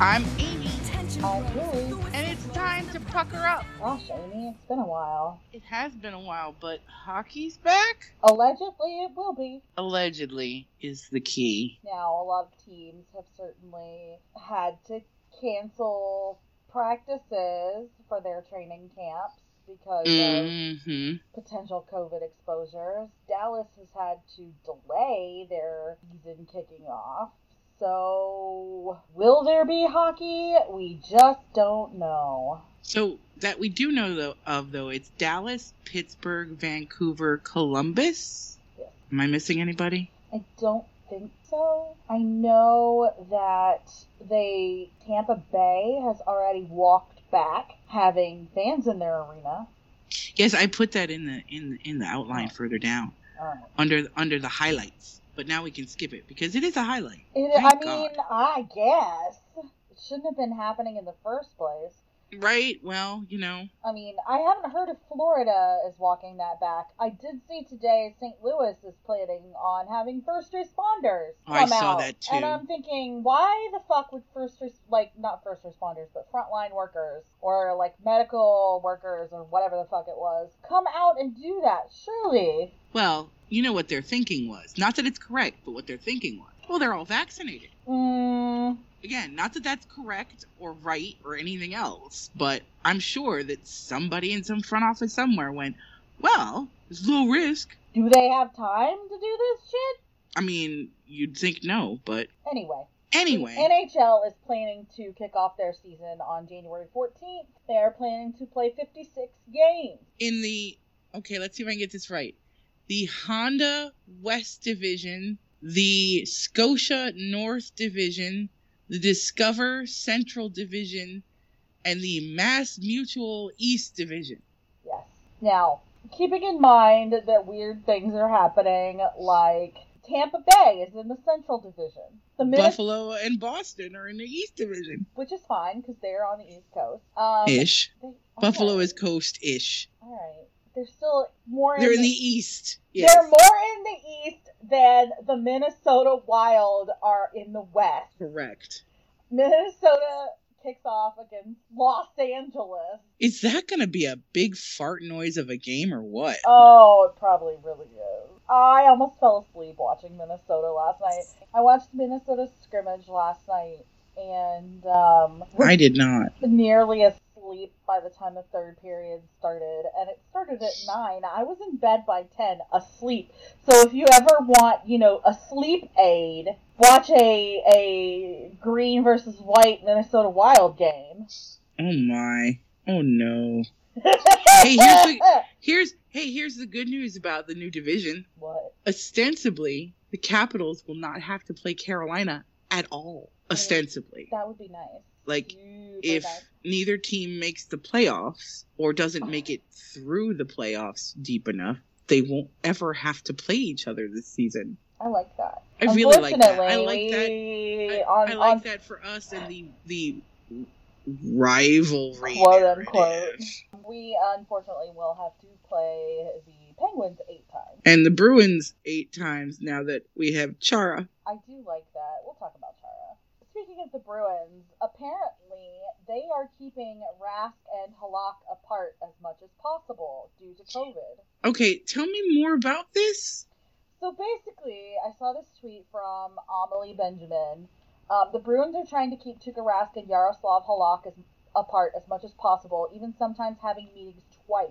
I'm Amy, and it's time to pucker up. Gosh, Amy, it's been a while. It has been a while, but hockey's back? Allegedly, it will be. Allegedly is the key. Now, a lot of teams have certainly had to cancel practices for their training camps because of Mm-hmm. potential COVID exposures. Dallas has had to delay their season kicking off. So, will there be hockey? We just don't know. So that we do know though of though, it's Dallas, Pittsburgh, Vancouver, Columbus. Yes. Am I missing anybody? I don't think so. I know that they Tampa Bay has already walked back having fans in their arena. Yes, I put that in the in in the outline further down Um, under under the highlights. But now we can skip it because it is a highlight. it, I Thank mean, I guess it shouldn't have been happening in the first place. Right? Well, you know, I mean, I haven't heard if Florida is walking that back. I did see today St. Louis is planning on having first responders Oh, come I saw out, that too. and I'm thinking, why the fuck would first res- like not first responders, but frontline workers or like medical workers or whatever the fuck it was come out and do that? Surely, well, you know what their thinking was. Not that it's correct, but what their thinking was. Well, they're all vaccinated. mm, Again, not that that's correct or right or anything else, but I'm sure that somebody in some front office somewhere went, well, there's low risk. do they have time to do this shit? I mean, you'd think no, but Anyway, anyway. The NHL is planning to kick off their season on January 14th. They are planning to play 56 games. in the okay, let's see if I can get this right. The Honda West Division, the Scotia North Division, the Discover Central Division, and the Mass Mutual East Division. Yes. Now, keeping in mind that weird things are happening, like Tampa Bay is in the Central Division. The Minnes- Buffalo and Boston are in the East Division. which is fine because they're on the East Coast. Um, Ish. they- Buffalo okay. is coast ish. All right. They're still more. They're in the East. They're Yes. more in the East than the Minnesota Wild are in the West. Correct. Minnesota kicks off against Los Angeles. Is that going to be a big fart noise of a game or what? Oh, it probably really is. I almost fell asleep watching Minnesota last night. I watched Minnesota scrimmage last night and um, was I did not. nearly asleep by the time the third period started. And it started at 9. I was in bed by 10, asleep. So if you ever want, you know, a sleep aid, watch a, a green versus white Minnesota Wild game. Oh my. Oh no. Hey, here's the- Here's hey, here's the good news about the new division. what? Ostensibly, the Capitals will not have to play Carolina at all. Ostensibly. That would be nice. Like Super if nice. neither team makes the playoffs or doesn't make it through the playoffs deep enough, they won't ever have to play each other this season. I like that. I really like that. I like that. Unfortunately, I, on, I like on that for us and the the rivalry. Quote, unquote. narrative. we unfortunately will have to play the Penguins eight times. And the Bruins eight times now that we have Chara. I do like that. We'll talk about Chara. Speaking of the Bruins, apparently they are keeping Rask and Halak apart as much as possible due to COVID. Okay, tell me more about this. So basically, I saw this tweet from Amelie Benjamin. Um, the Bruins are trying to keep Tuukka Rask and Yaroslav Halak as, apart as much as possible, even sometimes having meetings twice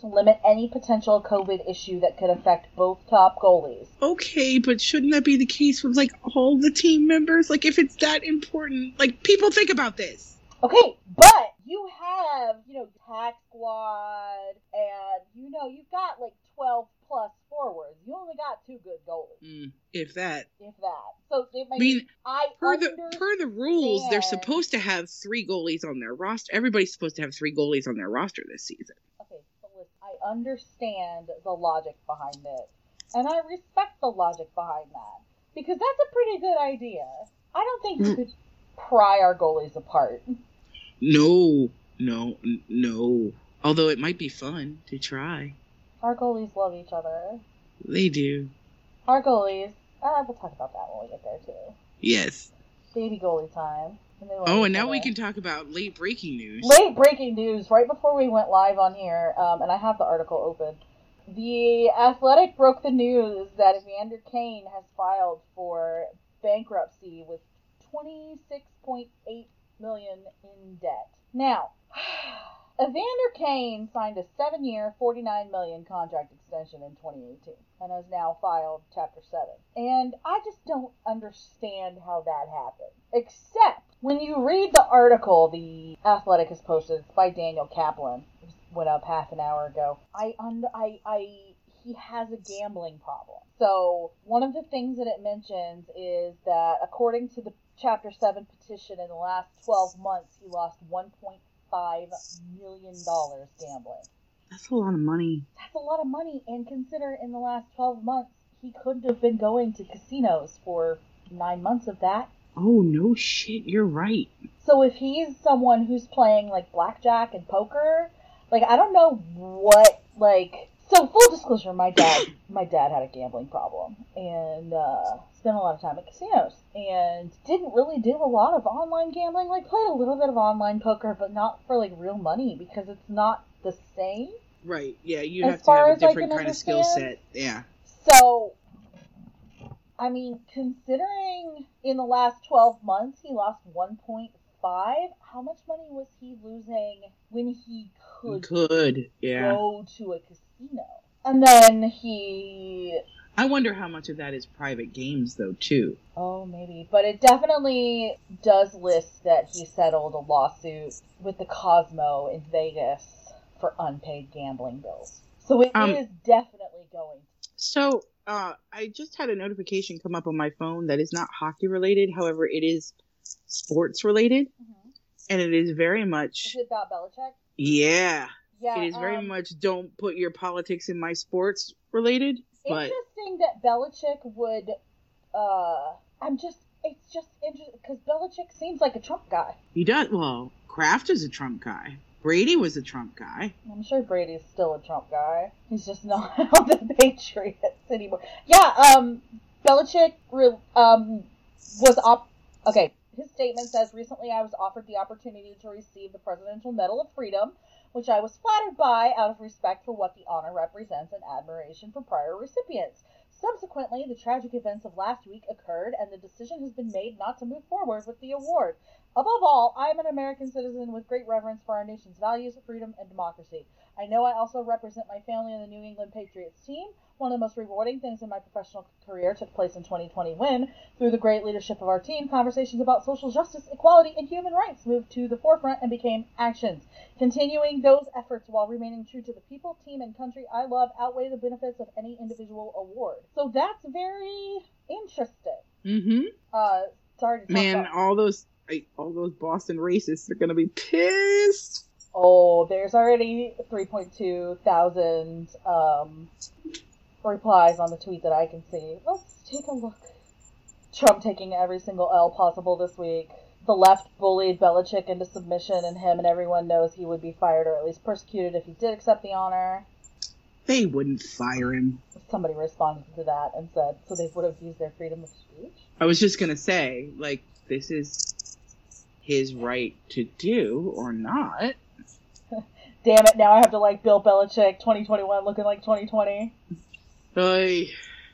to limit any potential COVID issue that could affect both top goalies. Okay, but shouldn't that be the case with like all the team members? Like if it's that important, like people think about this. Okay, but you have, you know, Tax Squad, and, you know, you've got like 12 plus forwards. You only got two good goalies, Mm, if that, if that. So it I may mean, I per the understand- per the rules, they're understand. supposed to have three goalies on their roster. Everybody's supposed to have three goalies on their roster this season. okay, so listen, I understand the logic behind it, and I respect the logic behind that because that's a pretty good idea. I don't think you Mm. could pry our goalies apart. No, no, n- no. Although it might be fun to try. Our goalies love each other. They do. Our goalies. Uh, we'll talk about that when we get there too. Yes. Baby goalie time. And they were Oh, and now we away. can talk about late breaking news. Late breaking news right before we went live on here, um, and I have the article open. The Athletic broke the news that Evander Kane has filed for bankruptcy with 26.8 million in debt. Now, Evander Kane signed a seven-year, 49 million contract extension in 2018, and has now filed Chapter Seven. And I just don't understand how that happened, except when you read the article the Athletic has posted, it's by Daniel Kaplan. It just went up half an hour ago. I un- I I he has a gambling problem. So one of the things that it mentions is that according to the Chapter Seven petition, in the last 12 months he lost 1.5 million dollars gambling. That's a lot of money. That's a lot of money, and consider in the last 12 months he couldn't have been going to casinos for nine months of that. Oh no shit, you're right. So if he's someone who's playing like blackjack and poker, like I don't know what like. So full disclosure, my dad, my dad had a gambling problem and uh, spent a lot of time at casinos and didn't really do a lot of online gambling. Like played a little bit of online poker, but not for like real money because it's not the same. Right. Yeah, you As have to far have a as I different can kind of skill understand. set. Yeah. So, I mean, considering in the last 12 months he lost 1.5, how much money was he losing when he You could could. Yeah. go to a casino? And then he. I wonder how much of that is private games though too. Oh, maybe. But it definitely does list that he settled a lawsuit with the Cosmo in Vegas for unpaid gambling bills. So it is Um, definitely going So, uh, I just had a notification come up on my phone that is not hockey related. However, it is sports related, and it is very Is much it about Belichick? yeah. Yeah. it is very um, much don't put your politics in my sports related, but interesting that Belichick would. Uh, I'm just. It's just interesting because Belichick seems like a Trump guy. he does. Well, Kraft is a Trump guy. Brady was a Trump guy. I'm sure Brady's still a Trump guy. He's just not on the Patriots anymore. Yeah. Um, Belichick re- um was op. Okay, his statement says recently I was offered the opportunity to receive the Presidential Medal of Freedom. Which I was flattered by out of respect for what the honor represents and admiration for prior recipients. Subsequently, the tragic events of last week occurred, and the decision has been made not to move forward with the award. Above all, I am an American citizen with great reverence for our nation's values, freedom, and democracy. I know I also represent my family and the New England Patriots team. One of the most rewarding things in my professional career took place in 2020 when, through the great leadership of our team, conversations about social justice, equality, and human rights moved to the forefront and became actions. Continuing those efforts while remaining true to the people, team, and country I love outweigh the benefits of any individual award. So that's very interesting. hmm Uh, sorry to talk Man, about- all those I- all those Boston racists are gonna be pissed. Oh, there's already 3.2 thousand um, replies on the tweet that I can see. Let's take a look. Trump taking every single L possible this week. The left bullied Belichick into submission, and him and everyone knows he would be fired or at least persecuted if he did accept the honor. They wouldn't fire him. Somebody responded to that and said, so they would have used their freedom of speech? I was just gonna say, like, this is his right to do or not. Damn it, now I have to like Bill Belichick 2021 looking like 2020. I,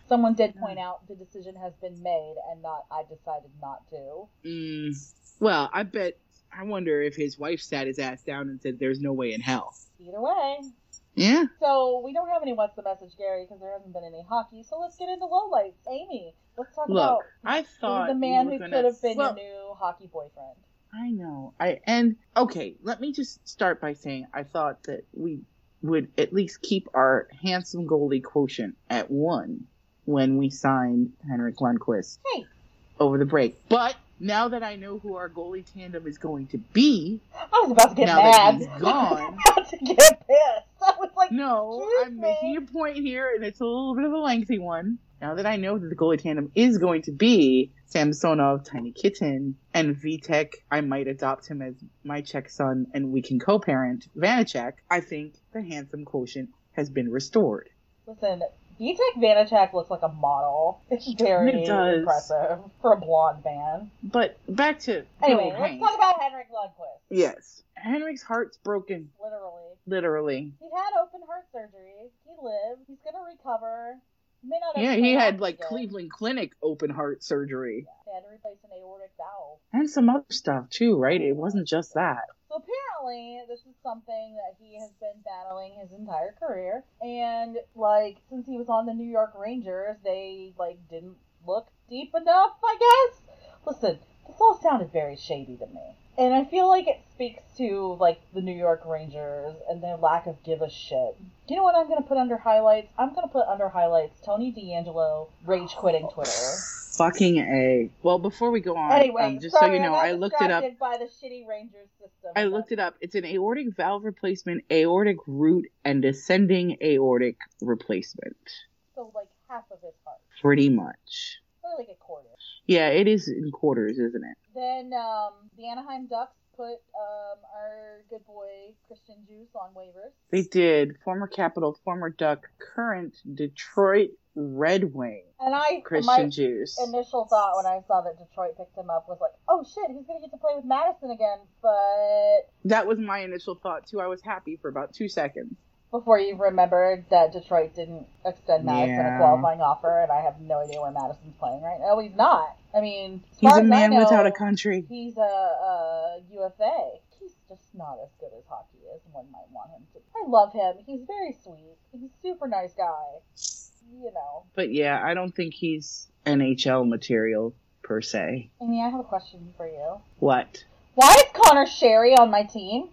Someone did point out the decision has been made and not I decided not to. mm, well, I bet. I wonder if his wife sat his ass down and said, "There's no way in hell." Either way. Yeah. So we don't have any what's the message, Gary, because there hasn't been any hockey. So let's get into lowlights. Amy, let's talk Look, I about thought the man we who were gonna- could have been Well, your new hockey boyfriend. I know. I and okay, let me just start by saying I thought that we would at least keep our handsome goalie quotient at one when we signed Henrik Lundqvist Hey. over the break. But now that I know who our goalie tandem is going to be, I was about to get now that mad. he's gone, I was about to get pissed. I was like, no, Excuse I'm me. making a point here, and it's a little bit of a lengthy one. Now that I know that the goalie tandem is going to be Samsonov, Tiny Kitten, and Vitek, I might adopt him as my Czech son, and we can co-parent Vanacek. I think the handsome quotient has been restored. listen, Vitek Vanacek looks like a model. It's very does. impressive for a blonde man. But back to Anyway, No, Oh, let's right. talk about Henrik Lundqvist. yes, Henrik's heart's broken, Literally. literally. He had open heart surgery. He lived. He's gonna recover. He may not have Yeah, he full had like oxygen. Cleveland Clinic open heart surgery They had to replace an aortic valve. and some other stuff too, right? It wasn't just that. So apparently, this is something that he has been battling his entire career. And like, since he was on the New York Rangers, they like didn't look deep enough, I guess. Listen, this all sounded very shady to me, and I feel like it speaks to like the New York Rangers and their lack of give a shit. You know what I'm gonna put under highlights? I'm gonna put under highlights Tony D'Angelo rage quitting Twitter. Fucking a. Well, before we go on, Anyway, um, just so sorry, you know, I, got I looked it up. distracted By the shitty Rangers system. I looked it up. It's an aortic valve replacement, aortic root, and ascending aortic replacement. So like half of his heart, Pretty much. or like a quarter. Yeah, it is in quarters, isn't it? Then um, the Anaheim Ducks put um, our good boy Christian Juice on waivers. They did. Former Capital, former Duck, current Detroit Red Wing, And I Christian my Juice. initial thought when I saw that Detroit picked him up was like, oh shit, he's gonna get to play with Madison again. But That was my initial thought, too. I was happy for about two seconds. before you remembered that Detroit didn't extend Madison a Yeah. qualifying offer, and I have no idea where Madison's playing right now. He's not. I mean, as He's far a as I man know, without a country. He's a, a UFA. He's just not as good as hockey as one might want him to. I love him. He's very sweet. He's a super nice guy. You know. But yeah, I don't think he's NHL material, per se. Amy, I have a question for you. What? Why is Connor Sherry on my team?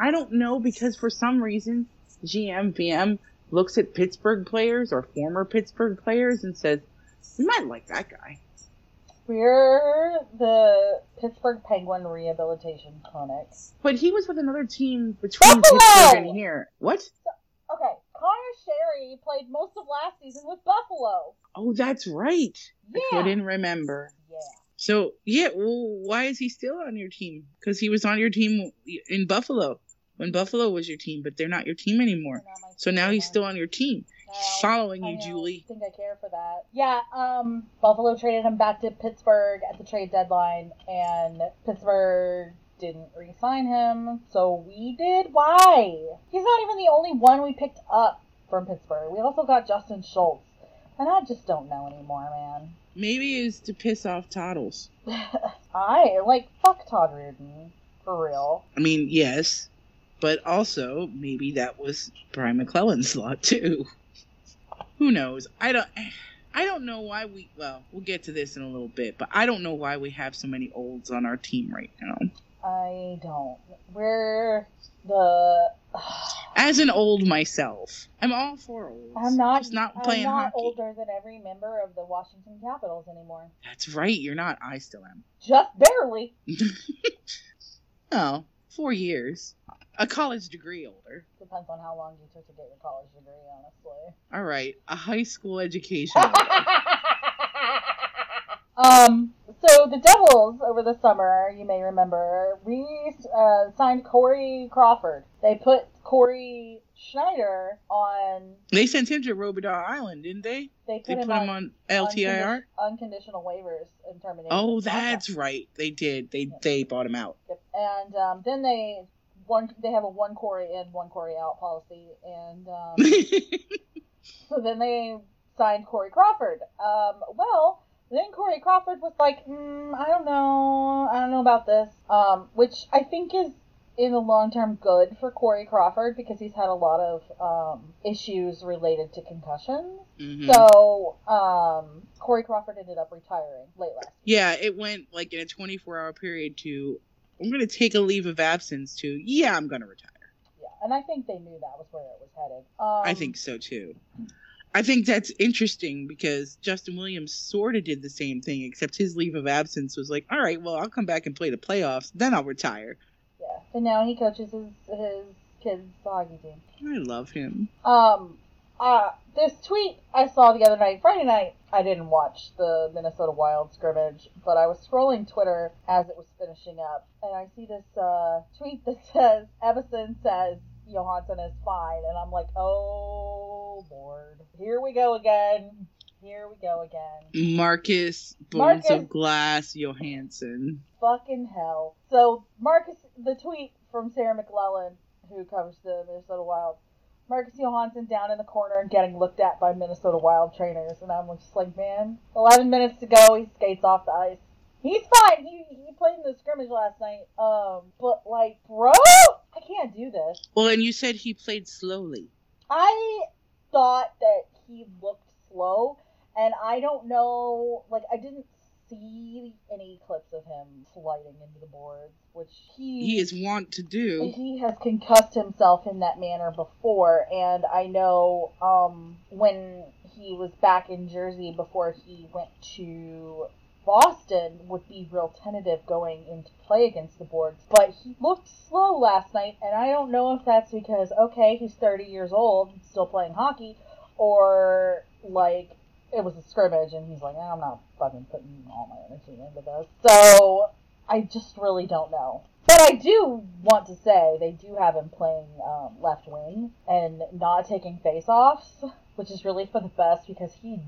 I don't know because for some reason GM VM looks at Pittsburgh players or former Pittsburgh players and says, "We might like that guy." We're the Pittsburgh Penguin Rehabilitation Clinic. But he was with another team between Buffalo! Pittsburgh and here. What? Okay, Connor Sherry played most of last season with Buffalo. Oh, that's right. I Yeah. couldn't remember. Yeah. So yeah, well, why is he still on your team? Because he was on your team in Buffalo when Buffalo was your team, but they're not your team anymore. Now my So now team he's won. still on your team. Now- Following you, I know. Julie. I think I care for that. Yeah, um, Buffalo traded him back to Pittsburgh at the trade deadline, and Pittsburgh didn't re-sign him, so we did. Why? He's not even the only one we picked up from Pittsburgh. We also got Justin Schultz, and I just don't know anymore, man. Maybe it's to piss off Toddles. I like fuck Todd Reardon for real. I mean, yes, but also maybe that was Brian McClellan's lot too. Who knows? I don't. I don't know why we. Well, we'll get to this in a little bit, but I don't know why we have so many olds on our team right now. I don't. We're the. As an old myself, I'm all for olds. I'm not. Just not playing I'm not hockey. older than every member of the Washington Capitals anymore. That's right. You're not. I still am. Just barely. Oh, four years. A college degree older. Depends on how long you took to get your college degree, honestly. All right. A high school education. um, so the Devils over the summer, you may remember, we uh, signed Corey Crawford. They put Corey Schneider on. they sent him to Robidoux Island, didn't they? They put, They him, put him on LTIR. uncondi- unconditional waivers and termination. Oh, of contract. that's right. They did. They they bought him out. Yep. And um, then they one they have a one Corey in, one Corey out policy, and um, So then they signed Corey Crawford. Um, well, then Corey Crawford was like, mm, I don't know, I don't know about this, um, which I think is in the long term good for Corey Crawford because he's had a lot of um, issues related to concussions. Mhm. So um, Corey Crawford ended up retiring late last. yeah, it went like in a 24 hour period to I'm going to take a leave of absence to yeah, I'm going to retire. Yeah, and I think they knew that was where it was headed. Um, I think so too. I think that's interesting because Justin Williams sort of did the same thing, except his leave of absence was like, all right, well, I'll come back and play the playoffs, then I'll retire. Yeah, and now he coaches his his kids' hockey team. I love him. Um, uh, this tweet I saw the other night, Friday night, I didn't watch the Minnesota Wild scrimmage, but I was scrolling Twitter as it was finishing up, and I see this uh, tweet that says, Evison says, Johansson is fine. And I'm like, oh, Lord. Here we go again. Here we go again. Marcus Bones Marcus. of Glass Johansson. Fucking hell. So, Marcus, the tweet from Sarah McLellan, who covers the Minnesota Wild, Marcus Johansson down in the corner and getting looked at by Minnesota Wild trainers. And I'm just like, man, 11 minutes to go. He skates off the ice. He's fine. He, he played in the scrimmage last night. Um, but like, bro, I can't do this. Well, and you said he played slowly. I thought that he looked slow, and I don't know, like I didn't see any clips of him sliding into the boards, which he He is wont to do. Mm-hmm. he has concussed himself in that manner before, and I know um, when he was back in Jersey before he went to Boston would be real tentative going into play against the boards, but he looked slow last night, and I don't know if that's because okay he's 30 years old and still playing hockey, or like it was a scrimmage and he's like "Ah, I'm not fucking putting all my energy into this, so I just really don't know. But I do want to say they do have him playing um, left wing and not taking face-offs, which is really for the best because he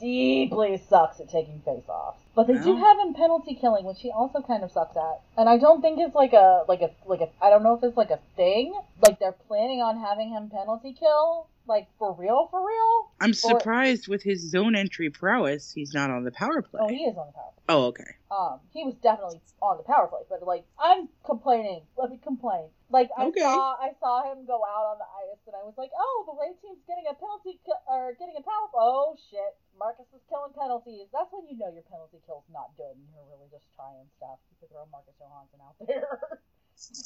deeply sucks at taking face-offs. But they do Well. have him penalty killing, which he also kind of sucks at. And I don't think it's like a like a like a I don't know if it's like a thing. Like they're planning on having him penalty kill, like for real, for real. I'm surprised with his zone entry prowess, he's not on the power Oh, he play. is on the power. Oh, okay. Um, he was definitely on the power play, but like I'm complaining. Let me complain. Like I Okay. saw, I saw him go out on the ice, and I was like, oh, the Ray team's getting a penalty ki- or getting a power. Oh shit, Marcus is killing penalties. That's when you know your penalty kill's not good, and you're really just trying stuff. You could throw Marcus Johansson out there,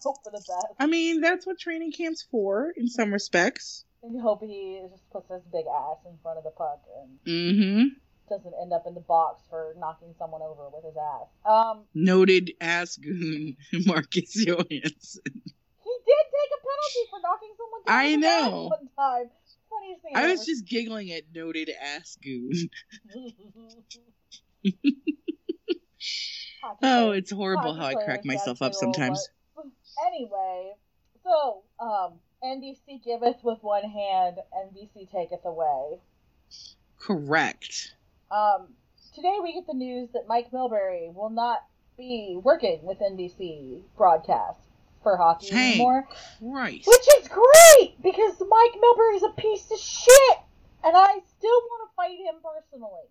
hope for the best, I mean, that's what training camp's for in some respects. and you hope he just puts his big ass in front of the puck and Mm hmm. doesn't end up in the box for knocking someone over with his ass. Um, Noted ass goon Marcus Johansson. He did take a penalty for knocking someone down. I with his ass know. One time. Funniest thing I I've was ever- just giggling at noted ass goon. Hockey Oh, players- it's horrible hockey how I crack players, myself that's up their role, sometimes. but- Anyway, so um, NBC giveth with one hand, NBC taketh away. Correct. Um, today we get the news that Mike Milbury will not be working with NBC broadcast for hockey Thank anymore. Christ. Which is great because Mike Milbury's a piece of shit, and I still want to fight him personally.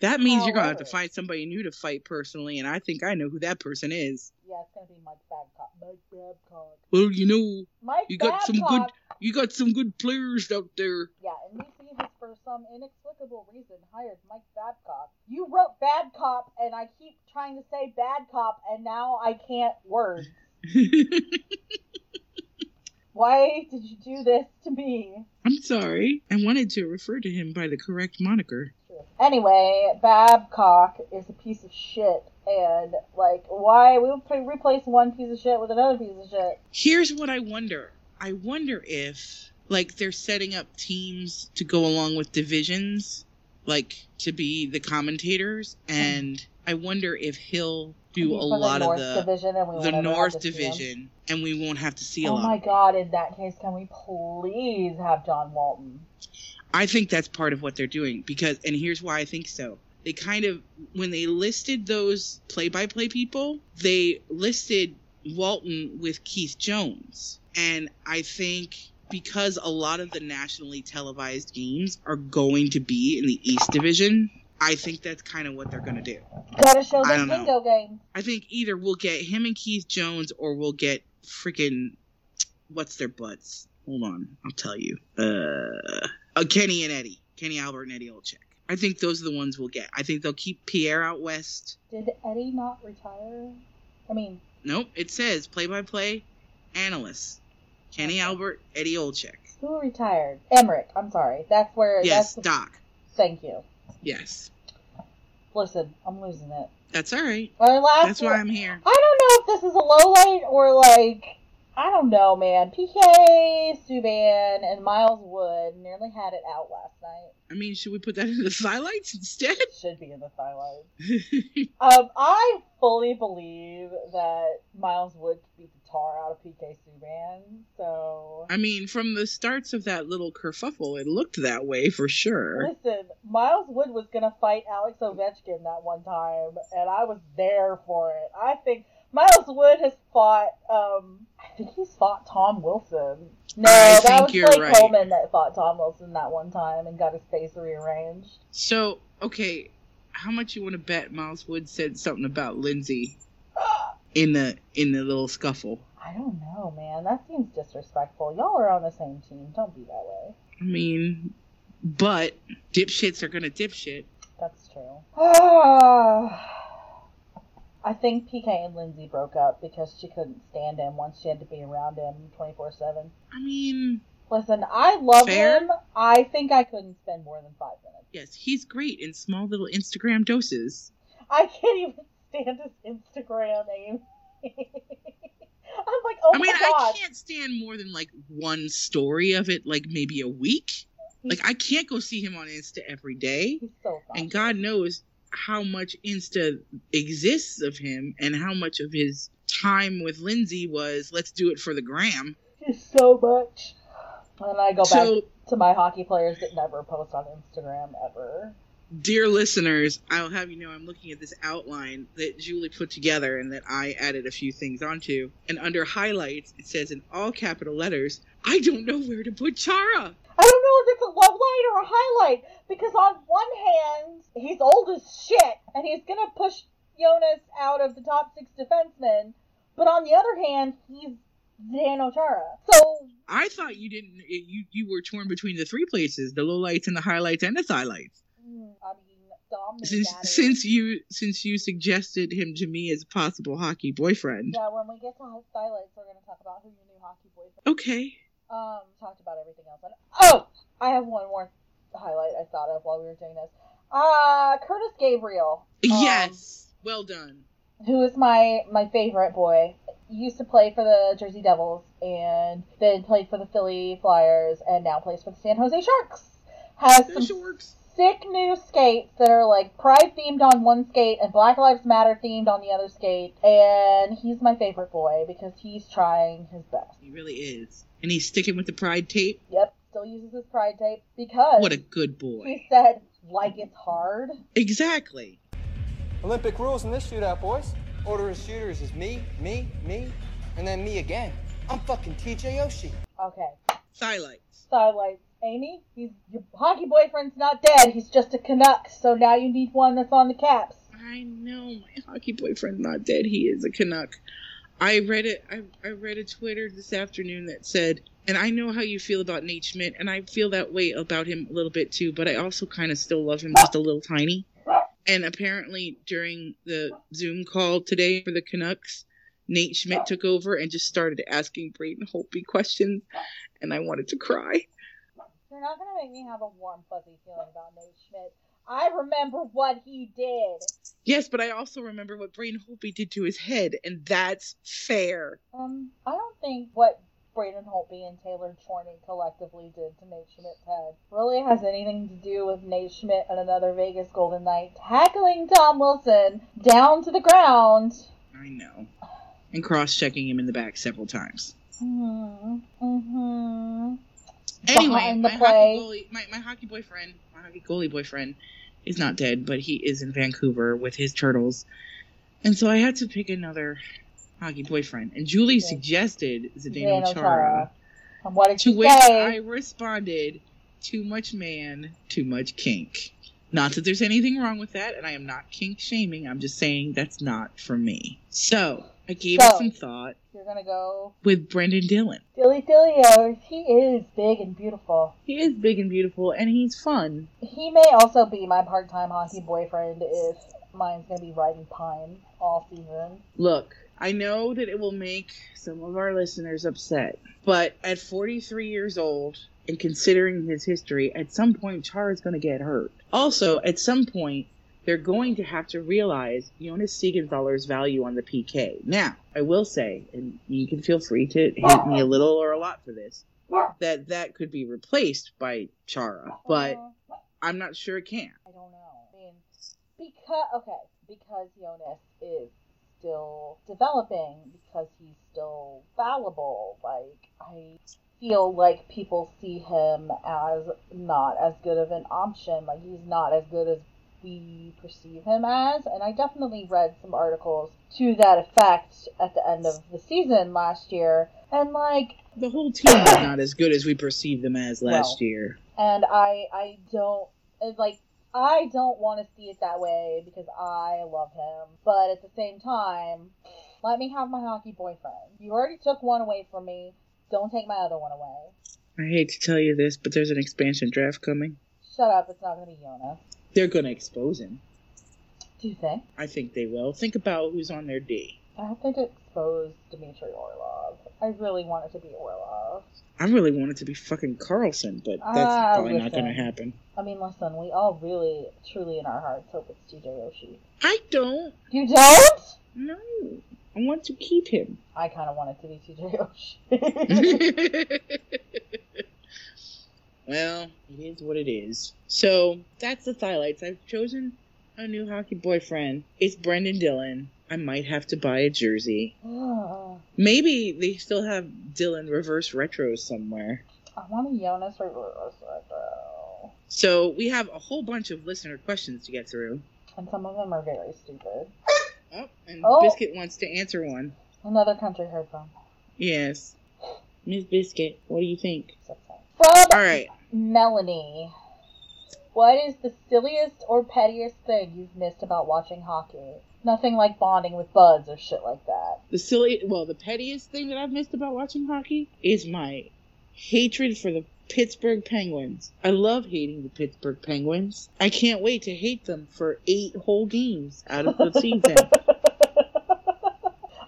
That means you're gonna have to However- find somebody new to fight personally, and I think I know who that person is. Yeah, it's gonna be Mike Babcock. Mike Babcock. Well, you know, Mike You got Babcock. some good- you got some good players out there. Yeah, and NBC has, for some inexplicable reason, hired Mike Babcock. You wrote Bad Cop, and I keep trying to say Bad Cop, and now I can't words. Why did you do this to me? I'm sorry. I wanted to refer to him by the correct moniker. Anyway, Babcock is a piece of shit, and like, why we would pre- replace one piece of shit with another piece of shit? Here's what I wonder. I wonder if like they're setting up teams to go along with divisions, like to be the commentators, and I wonder if he'll do He's a from the lot of North the division, and we won't the ever have North to see him. Division, and we won't have to see a Oh lot. my of it. god! In that case, can we please have John Walton? I think that's part of what they're doing because, and here's why I think so. They kind of, when they listed those play by play people, they listed Walton with Keith Jones. And I think because a lot of the nationally televised games are going to be in the East Division, I think that's kind of what they're going to do. Gotta show I the don't know. bingo game. I think either we'll get him and Keith Jones or we'll get freaking what's their butts. Hold on, I'll tell you. Uh, uh Kenny and Eddie, Kenny Albert and Eddie Olchek. I think those are the ones we'll get. I think they'll keep Pierre out west. Did Eddie not retire? I mean, Nope, it says play-by-play analysts. Kenny Okay. Albert, Eddie Olchek. who retired? Emmerich. I'm sorry. That's where. Yes, That's Doc. thank you. Yes, Listen, I'm losing it. that's all right. Our last. That's why I'm here. I don't know if this is a low light or like I don't know, man. PK, Subban, and Miles Wood nearly had it out last night. I mean, should we put that in the highlights instead? It should be in the highlights. um, I fully believe that Miles Wood beat the tar out of PK Subban. So I mean, from the starts of that little kerfuffle, it looked that way for sure. listen, Miles Wood was gonna fight Alex Ovechkin that one time, and I was there for it. I think Miles Wood has fought. Um, I think he's fought Tom Wilson. No, I that think was you're Blake right. Coleman that fought Tom Wilson that one time and got his face rearranged. So, okay, how much you want to bet Miles Wood said something about Lindsay in the in the little scuffle? I don't know, man. That seems disrespectful. Y'all are on the same team. Don't be that way. I mean, but dipshits are gonna dipshit. That's true. I think PK and Lindsay broke up because she couldn't stand him once she had to be around him 24 7. I mean, Listen, I love Fair. him. I think I couldn't spend more than five minutes. yes, he's great in small little Instagram doses. I can't even stand his Instagram name. I'm like, oh I mean, my I god. can't stand more than like one story of it, like maybe a week. Mm. Like I can't go see him on Insta every day. He's so fun. and God knows how much Insta exists of him and how much of his time with Lindsay was let's do it for the gram. He's so much. And I go back So, to my hockey players that never post on Instagram ever. dear listeners, I'll have you know I'm looking at this outline that Julie put together and that I added a few things onto. And under highlights, it says in all capital letters, I don't know where to put Chara. I don't know if it's a love line or a highlight because on one hand he's old as shit and he's gonna push Jonas out of the top six defensemen, but on the other hand he's Dan O'Chara. So I thought you didn't. You you were torn between the three places: the lowlights and the highlights and the highlights. mm, I mean, Dom made since that is- since you since you suggested him to me as a possible hockey boyfriend. yeah, when we get to his highlights, we're gonna talk about who your new hockey boyfriend. Okay. Um, talked about everything else. And, oh, I have one more highlight I thought of while we were doing this. Uh, Curtis Gabriel. Um, yes. Well done. who is my my favorite boy. He used to play for the Jersey Devils and then played for the Philly Flyers and now plays for the San Jose Sharks. Has The some shorts. sick new skates that are like pride themed on one skate and Black Lives Matter themed on the other skate. And he's my favorite boy because he's trying his best. He really is, and he's sticking with the pride tape. Yep, still uses his pride tape because What a good boy. he said like it's hard. Exactly. Olympic rules in this shootout, boys. Order of shooters is me, me, me, and then me again. I'm fucking TJ Oshie. Okay, Highlights. sidelights. Amy, he's your hockey boyfriend's not dead. He's just a Canuck. So now you need one that's on the Caps. I know my hockey boyfriend's not dead. He is a Canuck. I read it. I, I read a Twitter this afternoon that said, and I know how you feel about Nate Schmidt, and I feel that way about him a little bit too. But I also kind of still love him just a little tiny. And apparently, during the Zoom call today for the Canucks, Nate Schmidt took over and just started asking Braden Holtby questions, and I wanted to cry. You're not gonna make me have a warm fuzzy feeling about Nate Schmidt. I remember what he did. Yes, but I also remember what Braden Holtby did to his head, and that's fair. Um, I don't think what Braden Holtby and Taylor Chorney collectively did to Nate Schmidt's head really has anything to do with Nate Schmidt and another Vegas Golden Knight tackling Tom Wilson down to the ground. I know. And cross checking him in the back several times. Hmm. Mm-hmm. Anyway, Behind the my play. hockey, goalie, my, my hockey boyfriend, my hockey goalie boyfriend, is not dead, but he is in Vancouver with his turtles. And so I had to pick another hockey boyfriend. And Julie Yeah. suggested Zdeno Daniel Chara. Chara. And what did To you which say? I responded, too much man, too much kink. Not that there's anything wrong with that, and I am not kink shaming. I'm just saying that's not for me. So I gave it So- some thought You're gonna go with Brendan Dillon. Dilly Dillios. He is big and beautiful. He is big and beautiful, and he's fun. He may also be my part-time hockey boyfriend if mine's gonna be riding pine all season. Look, I know that it will make some of our listeners upset, but at 43 years old, and considering his history, at some point Char is going to get hurt. Also, at some point, they're going to have to realize Jonas Siegenthaler's value on the PK. Now, I will say, and you can feel free to hate me a little or a lot for this, that that could be replaced by Chara, but Uh, I'm not sure it can. I don't know. I mean, because okay, because Jonas is still developing, because he's still fallible. Like I feel like people see him as not as good of an option. Like he's not as good as we perceive him as. And I definitely read some articles to that effect at the end of the season last year. And like The whole team is not as good as we perceived them as last Well, year. and I I don't it's like I don't want to see it that way because I love him, but at the same time, let me have my hockey boyfriend. You already took one away from me. Don't take my other one away. I hate to tell you this, but there's an expansion draft coming. Shut up. It's not going to be Jonas. They're going to expose him. Do you think? I think they will. Think about who's on their D. I hope they didn't expose Dmitry Orlov. I really want it to be Orlov. I really want it to be fucking Carlson, but that's Ah, probably not listen. going to happen. I mean, listen, we all really, truly in our hearts hope it's TJ Oshie. I don't. You don't? No. I want to keep him. I kind of want it to be TJ Oshie. well, it is what it is. So that's the highlights. I've chosen a new hockey boyfriend. It's Brendan Dillon. I might have to buy a jersey. Ah. Maybe they still have Dillon reverse retros somewhere. I want a Jonas reverse retro. So we have a whole bunch of listener questions to get through. And some of them are very stupid. Oh, and Oh. Biscuit wants to answer one. Another country heard from. Yes. Miss Biscuit, what do you think? From All right. Melanie. What is the silliest or pettiest thing you've missed about watching hockey? Nothing like bonding with buds or shit like that. The silly, well, the pettiest thing that I've missed about watching hockey is my hatred for the Pittsburgh Penguins. I love hating the Pittsburgh Penguins. I can't wait to hate them for eight whole games out of the season.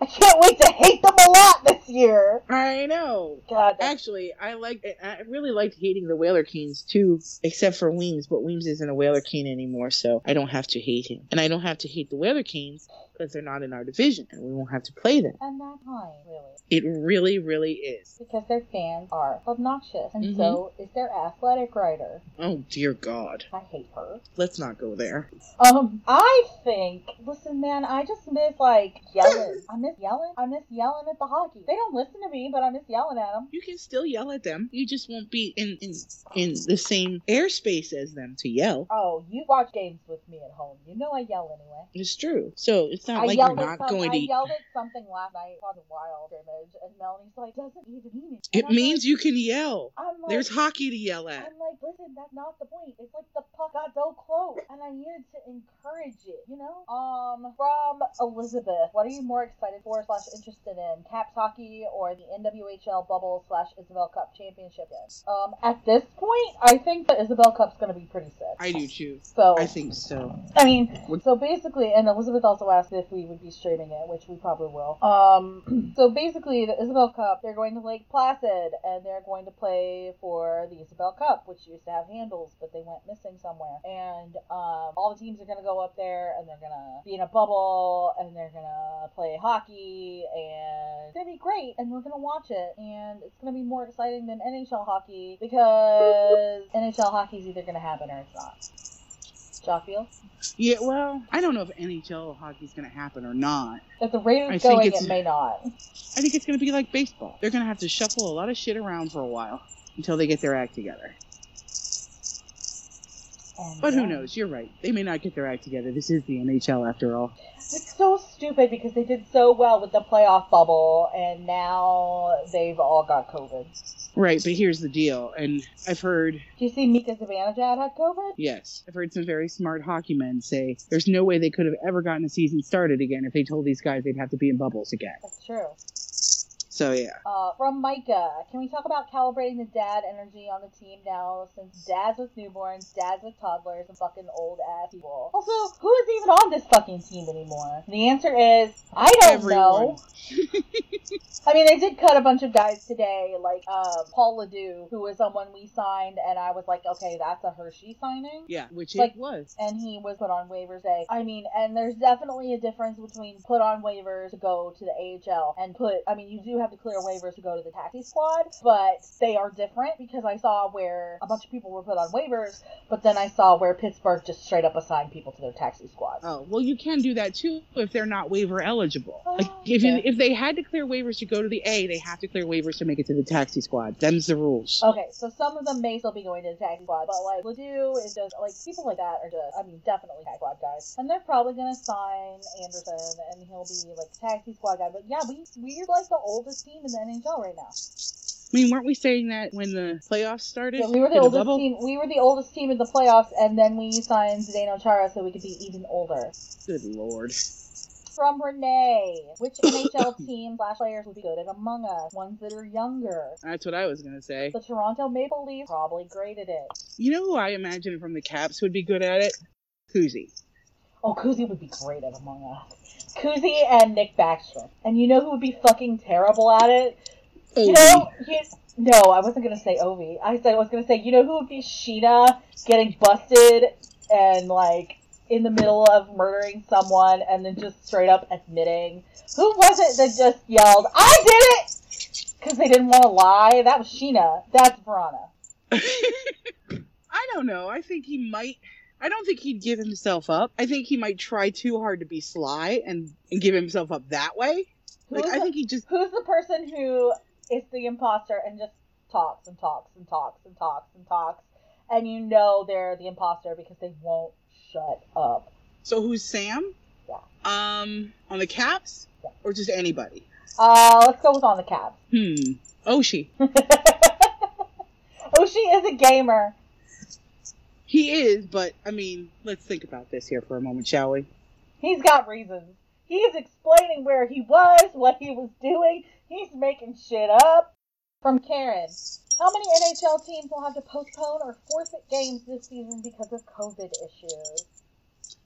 I can't wait to hate them a lot this year. I know. God, that's Actually, I like. I really liked hating the Whaler Kings too, except for Weems. But Weems isn't a Whaler King anymore, so I don't have to hate him, and I don't have to hate the Whaler Kings because they're not in our division, and we won't have to play them. and that time, really. It really, really is. Because their fans are obnoxious, and Mm-hmm. so is their athletic writer. Oh dear God. I hate her. Let's not go there. Um, I think. Listen, man, I just miss like yelling. I miss yelling. I miss yelling at the hockey. They don't listen to me, but I miss yelling at them. You can still yell at them. You just won't be in in, in the same airspace as them to yell. Oh, you watch games with me at home. You know I yell anyway. It's true. So it's not I like you're yelled not at some, going I to. yelled at something last night on the wild scrimmage, and Melanie's like, "Doesn't even mean it." And It I'm means you can yell. Like, I'm like, There's hockey to yell at. I'm like, listen, that's not the point. It's like the puck got so close, and I needed to encourage it, you know? Um, from Elizabeth, what are you more excited for slash interested in, Caps hockey or the NWHL bubble slash Isabel Cup championship? game? Um, at this point, I think the Isabel Cup's gonna be pretty sick. I do too. So I think so. I mean, Would- so basically, and Elizabeth also asked if we would be streaming it, which we probably will. Um, so basically, the Isabel Cup, they're going to Lake Placid, and they're going to play for the Isabel Cup, which used to have handles, but they went missing somewhere. And um, all the teams are going to go up there, and they're going to be in a bubble, and they're going to play hockey, and it's going to be great, and we're going to watch it, and it's going to be more exciting than NHL hockey because NHL hockey is either going to happen or it's not. Jockfield? Yeah. Well, I don't know if NHL hockey's going to happen or not. If the I Raiders think going, it's- it may not. I think it's going to be like baseball. They're going to have to shuffle a lot of shit around for a while until they get their act together. And, But uh, who knows? You're right. They may not get their act together. This is the NHL after all. It's so stupid because they did so well with the playoff bubble, and now they've all got COVID. Right, but here's the deal, and I've heard Do you see Mika Zibanejad had COVID? Yes. I've heard some very smart hockey men say there's no way they could have ever gotten a season started again if they told these guys they'd have to be in bubbles again. That's true. So yeah, Uh, from Micah, can we talk about calibrating the dad energy on the team now since dad's with newborns, dad's with toddlers, and fucking old ass people? Also, who is even on this fucking team anymore? The answer is, I don't know. I mean, they did cut a bunch of guys today, like um, Paul Ledoux, who was someone we signed, and I was like, okay, that's a Hershey signing Yeah, which Like- it was. and he was put on waivers day. I mean, and there's definitely a difference between put on waivers to go to the AHL and put. I mean, you do have to clear waivers to go to the taxi squad, but they are different because I saw where a bunch of people were put on waivers, but then I saw where Pittsburgh just straight up assigned people to their taxi squad. Oh well, you can do that too if they're not waiver eligible. Like Oh, if you, okay. if they had to clear waivers to go to the A, they have to clear waivers to make it to the taxi squad. Them's the rules. Okay, so some of them may still be going to the tag squad, but like Ledoux is just like people like that are just I mean definitely tag squad guys, and they're probably gonna sign Anderson and he'll be like taxi squad guy. But yeah, we we're like the oldest team in the NHL right now. I mean, weren't we saying that when the playoffs started? Yeah, we were the For oldest bubble? team. We were the oldest team in the playoffs, and then we signed Zdeno Chara so we could be even older. Good lord. From Renee, which NHL team slash players would be good at Among Us? Ones that are younger. That's what I was gonna say. The Toronto Maple Leafs probably great at it. You know who I imagine from the Caps would be good at it? Koozie. Oh, Kuzi would be great at Among Us. Kuzi and Nick Backstrom. And you know who would be fucking terrible at it? You know, you, no, I wasn't gonna say Ovi. I said I was gonna say you know who would be Sheena getting busted and like in the middle of murdering someone and then just straight up admitting. Who was it that just yelled, "I did it"? Because they didn't want to lie. That was Sheena. That's Verona. I don't know. I think he might. I don't think he'd give himself up. I think he might try too hard to be sly and, and give himself up that way. Like Who's I the- think he just Who's the person who is the imposter and just talks and talks and talks and talks and talks, and you know they're the imposter because they won't shut up? So who's Sam? Yeah. Um, on the Caps Yeah. or just anybody? Uh, let's go with on the Cavs. Hmm. Oshie. Oshi Oh, is a gamer. He is, but I mean, let's think about this here for a moment, shall we? He's got reasons. He's explaining where he was, what he was doing. He's making shit up. From Karen. How many NHL teams will have to postpone or forfeit games this season because of COVID issues?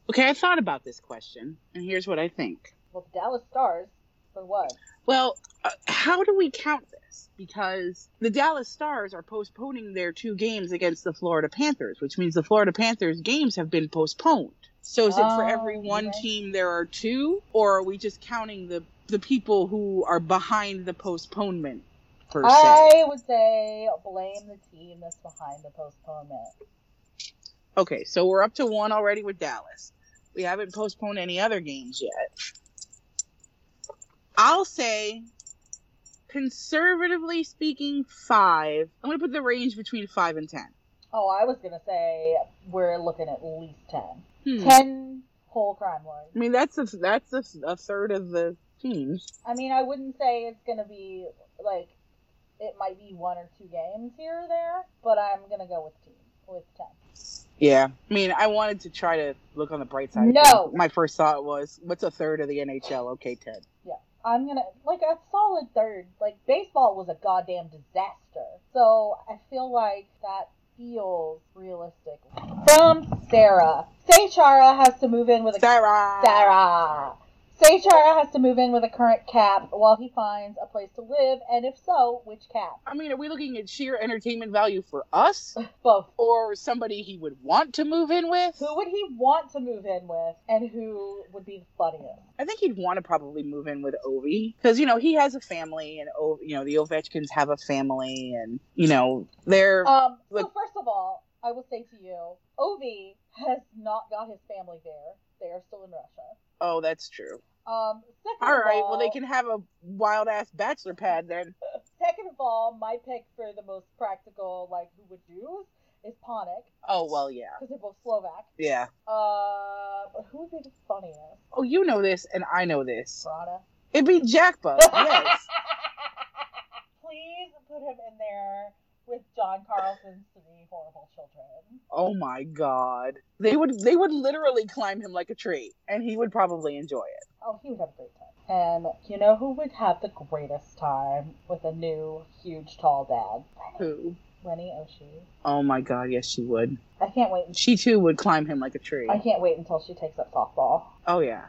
Okay, I thought about this question, and here's what I think. Well, the Dallas Stars, for what? Well, uh, how do we count this? Because the Dallas Stars are postponing their two games against the Florida Panthers, which means the Florida Panthers games have been postponed. So is it for Oh, every one okay. team there are two, or are we just counting the the people who are behind the postponement per se? I would say blame the team that's behind the postponement. Okay, so we're up to one already with Dallas. We haven't postponed any other games yet. I'll say, conservatively speaking, five. I'm going to put the range between five and ten. Oh, I was gonna say we're looking at least ten. Hmm. Ten whole crime I lords. mean, that's a, that's a, a third of the teams. I mean, I wouldn't say it's gonna be like it might be one or two games here or there, but I'm gonna go with team with ten. Yeah. I mean, I wanted to try to look on the bright side. of No. things. My first thought was, what's a third of the NHL? Okay, ten. I'm gonna like a solid third. Like baseball was a goddamn disaster. So I feel like that feels realistic. From Sarah. Say Chara has to move in with a Sarah. Sarah. Say Chara has to move in with a current cap while he finds a place to live, and if so, which cap? I mean, are we looking at sheer entertainment value for us, Both. or somebody he would want to move in with? Who would he want to move in with, and who would be the funniest? I think he'd want to probably move in with Ovi because you know he has a family, and o- you know the Ovechkins have a family, and you know they're Um, so Look- first of all, I will say to you, Ovi has not got his family there. They are still in Russia. oh that's true. Um, second All of right, all, well they can have a wild ass bachelor pad then. Second of all, my pick for the most practical, like who would use, is Ponic Oh well, yeah, because they're both Slovak. yeah. Uh, but who would be the funniest? Oh, you know this, and I know this. Verona. It'd be Jackpot. yes. Please put him in there with John Carlson's three horrible children. Oh my God, they would they would literally climb him like a tree, and he would probably enjoy it. Oh, he would have a great time. And you know who would have the greatest time with a new, huge, tall dad? Who? Rennie Oshie. Oh my god, yes, she would. I can't wait. She too would climb him like a tree. I can't wait until she takes up softball. Oh yeah.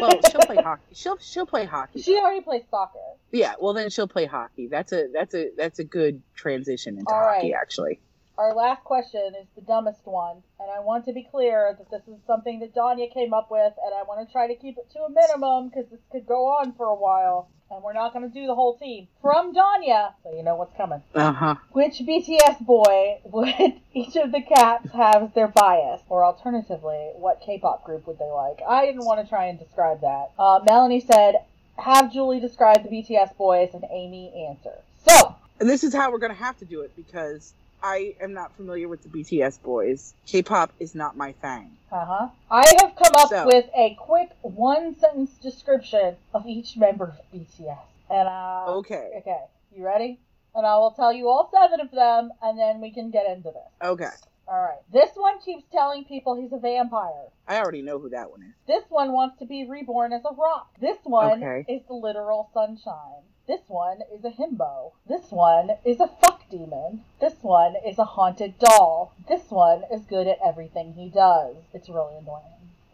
Well, she'll play hockey. She'll she'll play hockey. She already plays soccer. Yeah. Well, then she'll play hockey. That's a that's a that's a good transition into All hockey, right. actually. Our last question is the dumbest one, and I want to be clear that this is something that Danya came up with, and I want to try to keep it to a minimum because this could go on for a while, and we're not going to do the whole team. From Danya, so you know what's coming. Uh huh. Which BTS boy would each of the cats have as their bias? Or alternatively, what K pop group would they like? I didn't want to try and describe that. Uh, Melanie said, have Julie describe the BTS boys and Amy answer. So, And this is how we're gonna have to do it because I am not familiar with the BTS boys. K-pop is not my thing. uh-huh. I have come up So. with a quick one sentence description of each member of BTS. And uh, Okay. okay, you ready? And I will tell you all seven of them, and then we can get into this. Okay. All right. This one keeps telling people he's a vampire. I already know who that one is. This one wants to be reborn as a rock. This one Okay. is the literal sunshine. This one is a himbo. This one is a fuck demon. This one is a haunted doll. This one is good at everything he does. It's really annoying.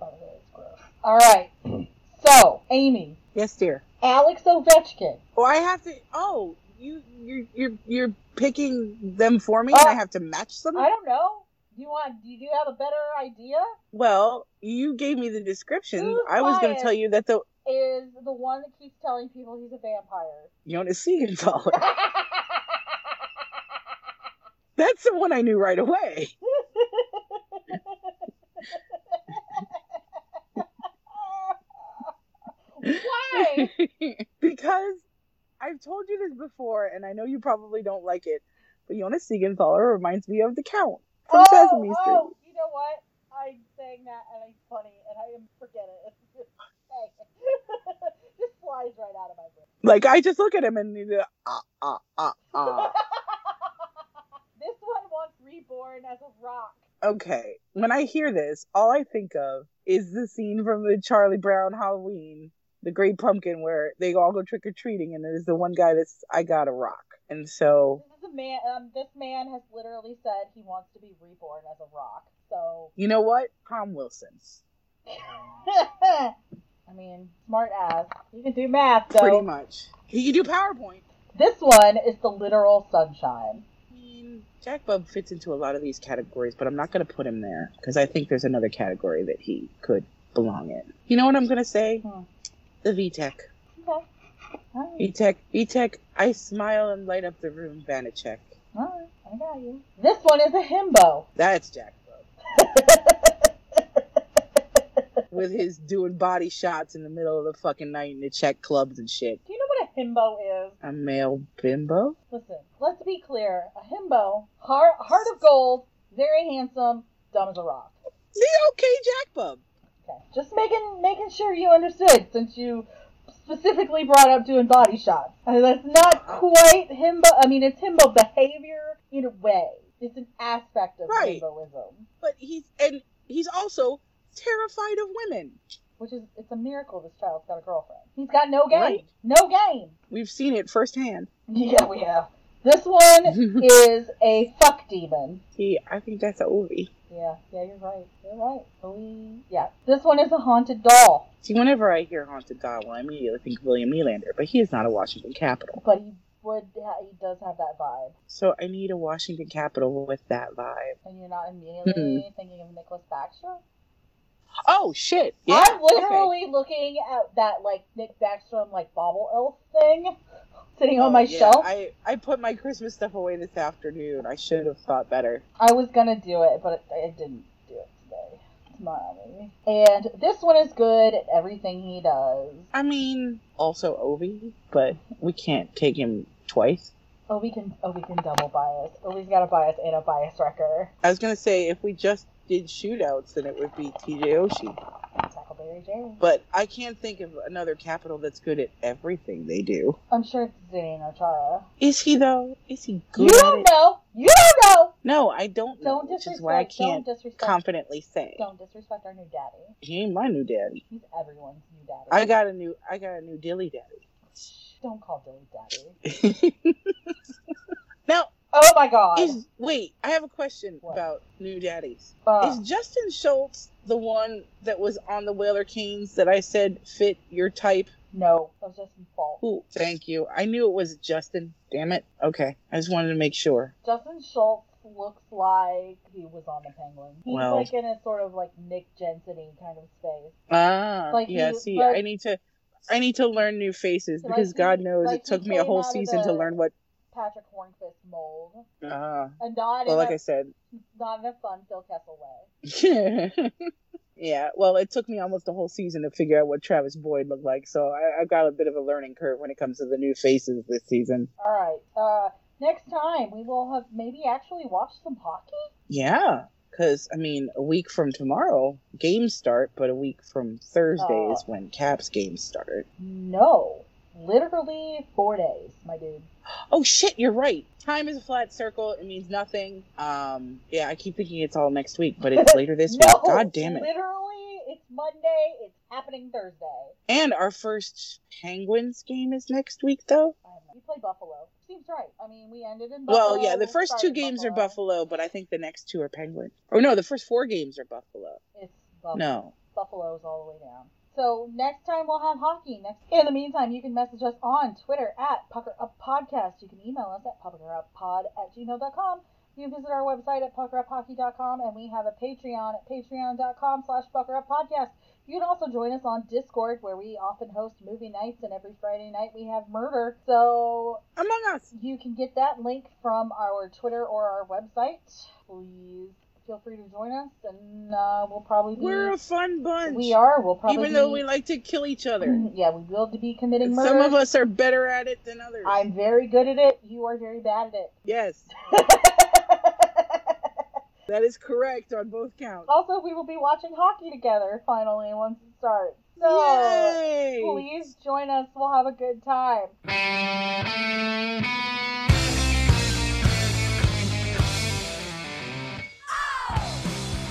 By the way, it's gross. All right. So, Amy, Yes, dear. Alex Ovechkin. Oh, I have to. Oh, you you you're you're picking them for me, and Oh. I have to match them. I don't know. Do you want? Do you have a better idea? Well, you gave me the descriptions. Who's I was going to biased? tell you that the Is the one that keeps telling people he's a vampire. Jonas Siegenthaler. That's the one I knew right away. Why? because I've told you this before, and I know you probably don't like it, but Jonas Siegenthaler reminds me of the Count from Sesame Street. Oh, you know what? I'm saying that and it's funny and I am forget it. Dang it. this flies right out of my brain. Like I just look at him and he's like, ah ah ah ah. this one wants reborn as a rock. okay. When I hear this, all I think of is the scene from the Charlie Brown Halloween, the Great Pumpkin, where they all go trick or treating, and there's the one guy that's I got a rock, and so This is a man. Um, this man has literally said he wants to be reborn as a rock. So, you know what? Tom Wilson, I mean, smart ass. You can do math though. pretty much. He can do PowerPoint. This one is the literal sunshine. I mean, Jack Bub fits into a lot of these categories, but I'm not going to put him there because I think there's another category that he could belong in. You know what I'm going to say? Hmm. The VTech. Okay. Alright, VTech, VTech, I smile and light up the room, Vanacek. alright, I got you. This one is a himbo. That's Jack Bub. With his doing body shots in the middle of the fucking night in the Czech clubs and shit. Do you know what a himbo is? A male bimbo? Listen, let's be clear. A himbo, heart, heart of gold, very handsome, dumb as a rock. The okay Jack Bub. Okay, just making making sure you understood since you specifically brought up doing body shots. And that's not quite himbo. I mean, it's himbo behavior in a way. It's an aspect of Right. himboism, But he's, and he's also terrified of women. which is it's a miracle this child's got a girlfriend. He's got no game, Right. no game. We've seen it firsthand. Yeah, we have. This one is a fuck demon. See, I think that's a Ovi. Yeah, yeah, you're right. You're right. Believe. Yeah, this one is a haunted doll, See, whenever I hear Haunted Doll, I immediately think of William Nylander, but he is not a Washington Capitol. but he would ha- he does have that vibe, So I need a Washington Capitol with that vibe. and you're not immediately thinking of Nicholas Baxter. Oh, shit. I'm okay. literally looking at that like Nick Backstrom like bobble elf thing sitting Oh, on my yeah, shelf. I, I, I put my Christmas stuff away this afternoon. I should have thought better. was gonna do it, but I I didn't do it today. Tomorrow maybe. And this one is good at everything he does. I mean, also Ovi, but we can't take him twice. Oh, we can oh we can double bias. Oh, he's got a bias and a bias wrecker. I was going to say, if we just did shootouts, then it would be TJ Oshie. Tackleberry Jerry. But I can't think of another Capitol that's good at everything they do. I'm sure it's Zane or Chara. Is he, though? Is he good You at it? don't know. You don't know. No, I don't know, Don't which disrespect. is why I can't don't disrespect. confidently say Don't disrespect our new daddy. he ain't my new daddy. He's everyone's new daddy. I got a new, I got a new dilly Don't call Billy daddy. daddy. now, Oh my god. is wait, I have a question What? about new daddies. Uh, Is Justin Schultz the one that was on the Whaler Kings that I said fit your type? no, that was Justin's fault. Ooh, thank you. I knew it was Justin. Damn it. Okay, I just wanted to make sure. Justin Schultz looks like he was on the Penguin. He's Well. like in a sort of like Nick Jensen kind of space. Ah, Like yeah. you- see, like- I need to, I need to learn new faces Like because you- God knows like it took you me a came whole out of season to the- learn what. Patrick Hornquist mold, Ah, and not well, in like a I said, not in a fun Phil Kessel way. yeah. Well, it took me almost a whole season to figure out what Travis Boyd looked like, so I, I've got a bit of a learning curve when it comes to the new faces this season. All right. Uh, next time we will have maybe actually watched some hockey. Yeah, because I mean, a week from tomorrow games start, but a week from Thursday is Uh. when Caps games start. No, literally four days, my dude. Oh shit, you're right. Time is a flat circle. It means nothing. Um, yeah, I keep thinking it's all next week, but it's later this no, week. God damn it! Literally, it's Monday. It's happening Thursday. And our first Penguins game is next week, though. I don't know. We play Buffalo. Seems right. I mean, we ended in Buffalo. Well, yeah, the we first two started games are Buffalo, but I think the next two are Penguin. Or no, the first four games are Buffalo. It's Buffalo. No. Buffalo's all the way down. So next time we'll have hockey. Next. In the meantime, you can message us on Twitter at Pucker Up Podcast. You can email us at puckeruppod at gmail.com. You can visit our website at puckeruphockey.com, and we have a Patreon at patreon.com slash puckeruppodcast. You can also join us on Discord, where we often host movie nights, and every Friday night we have murder. So Among Us. you can get that link from our Twitter or our website. Please feel free to join us, and uh, we'll probably be We're a fun bunch. we are. We'll probably Even though be- we like to kill each other. yeah, we will be committing murder. Some of us are better at it than others. I'm very good at it. You are very bad at Yes, it. that is correct on both counts. also, we will be watching hockey together finally once it starts. So Yay! please join us. We'll have a good time. And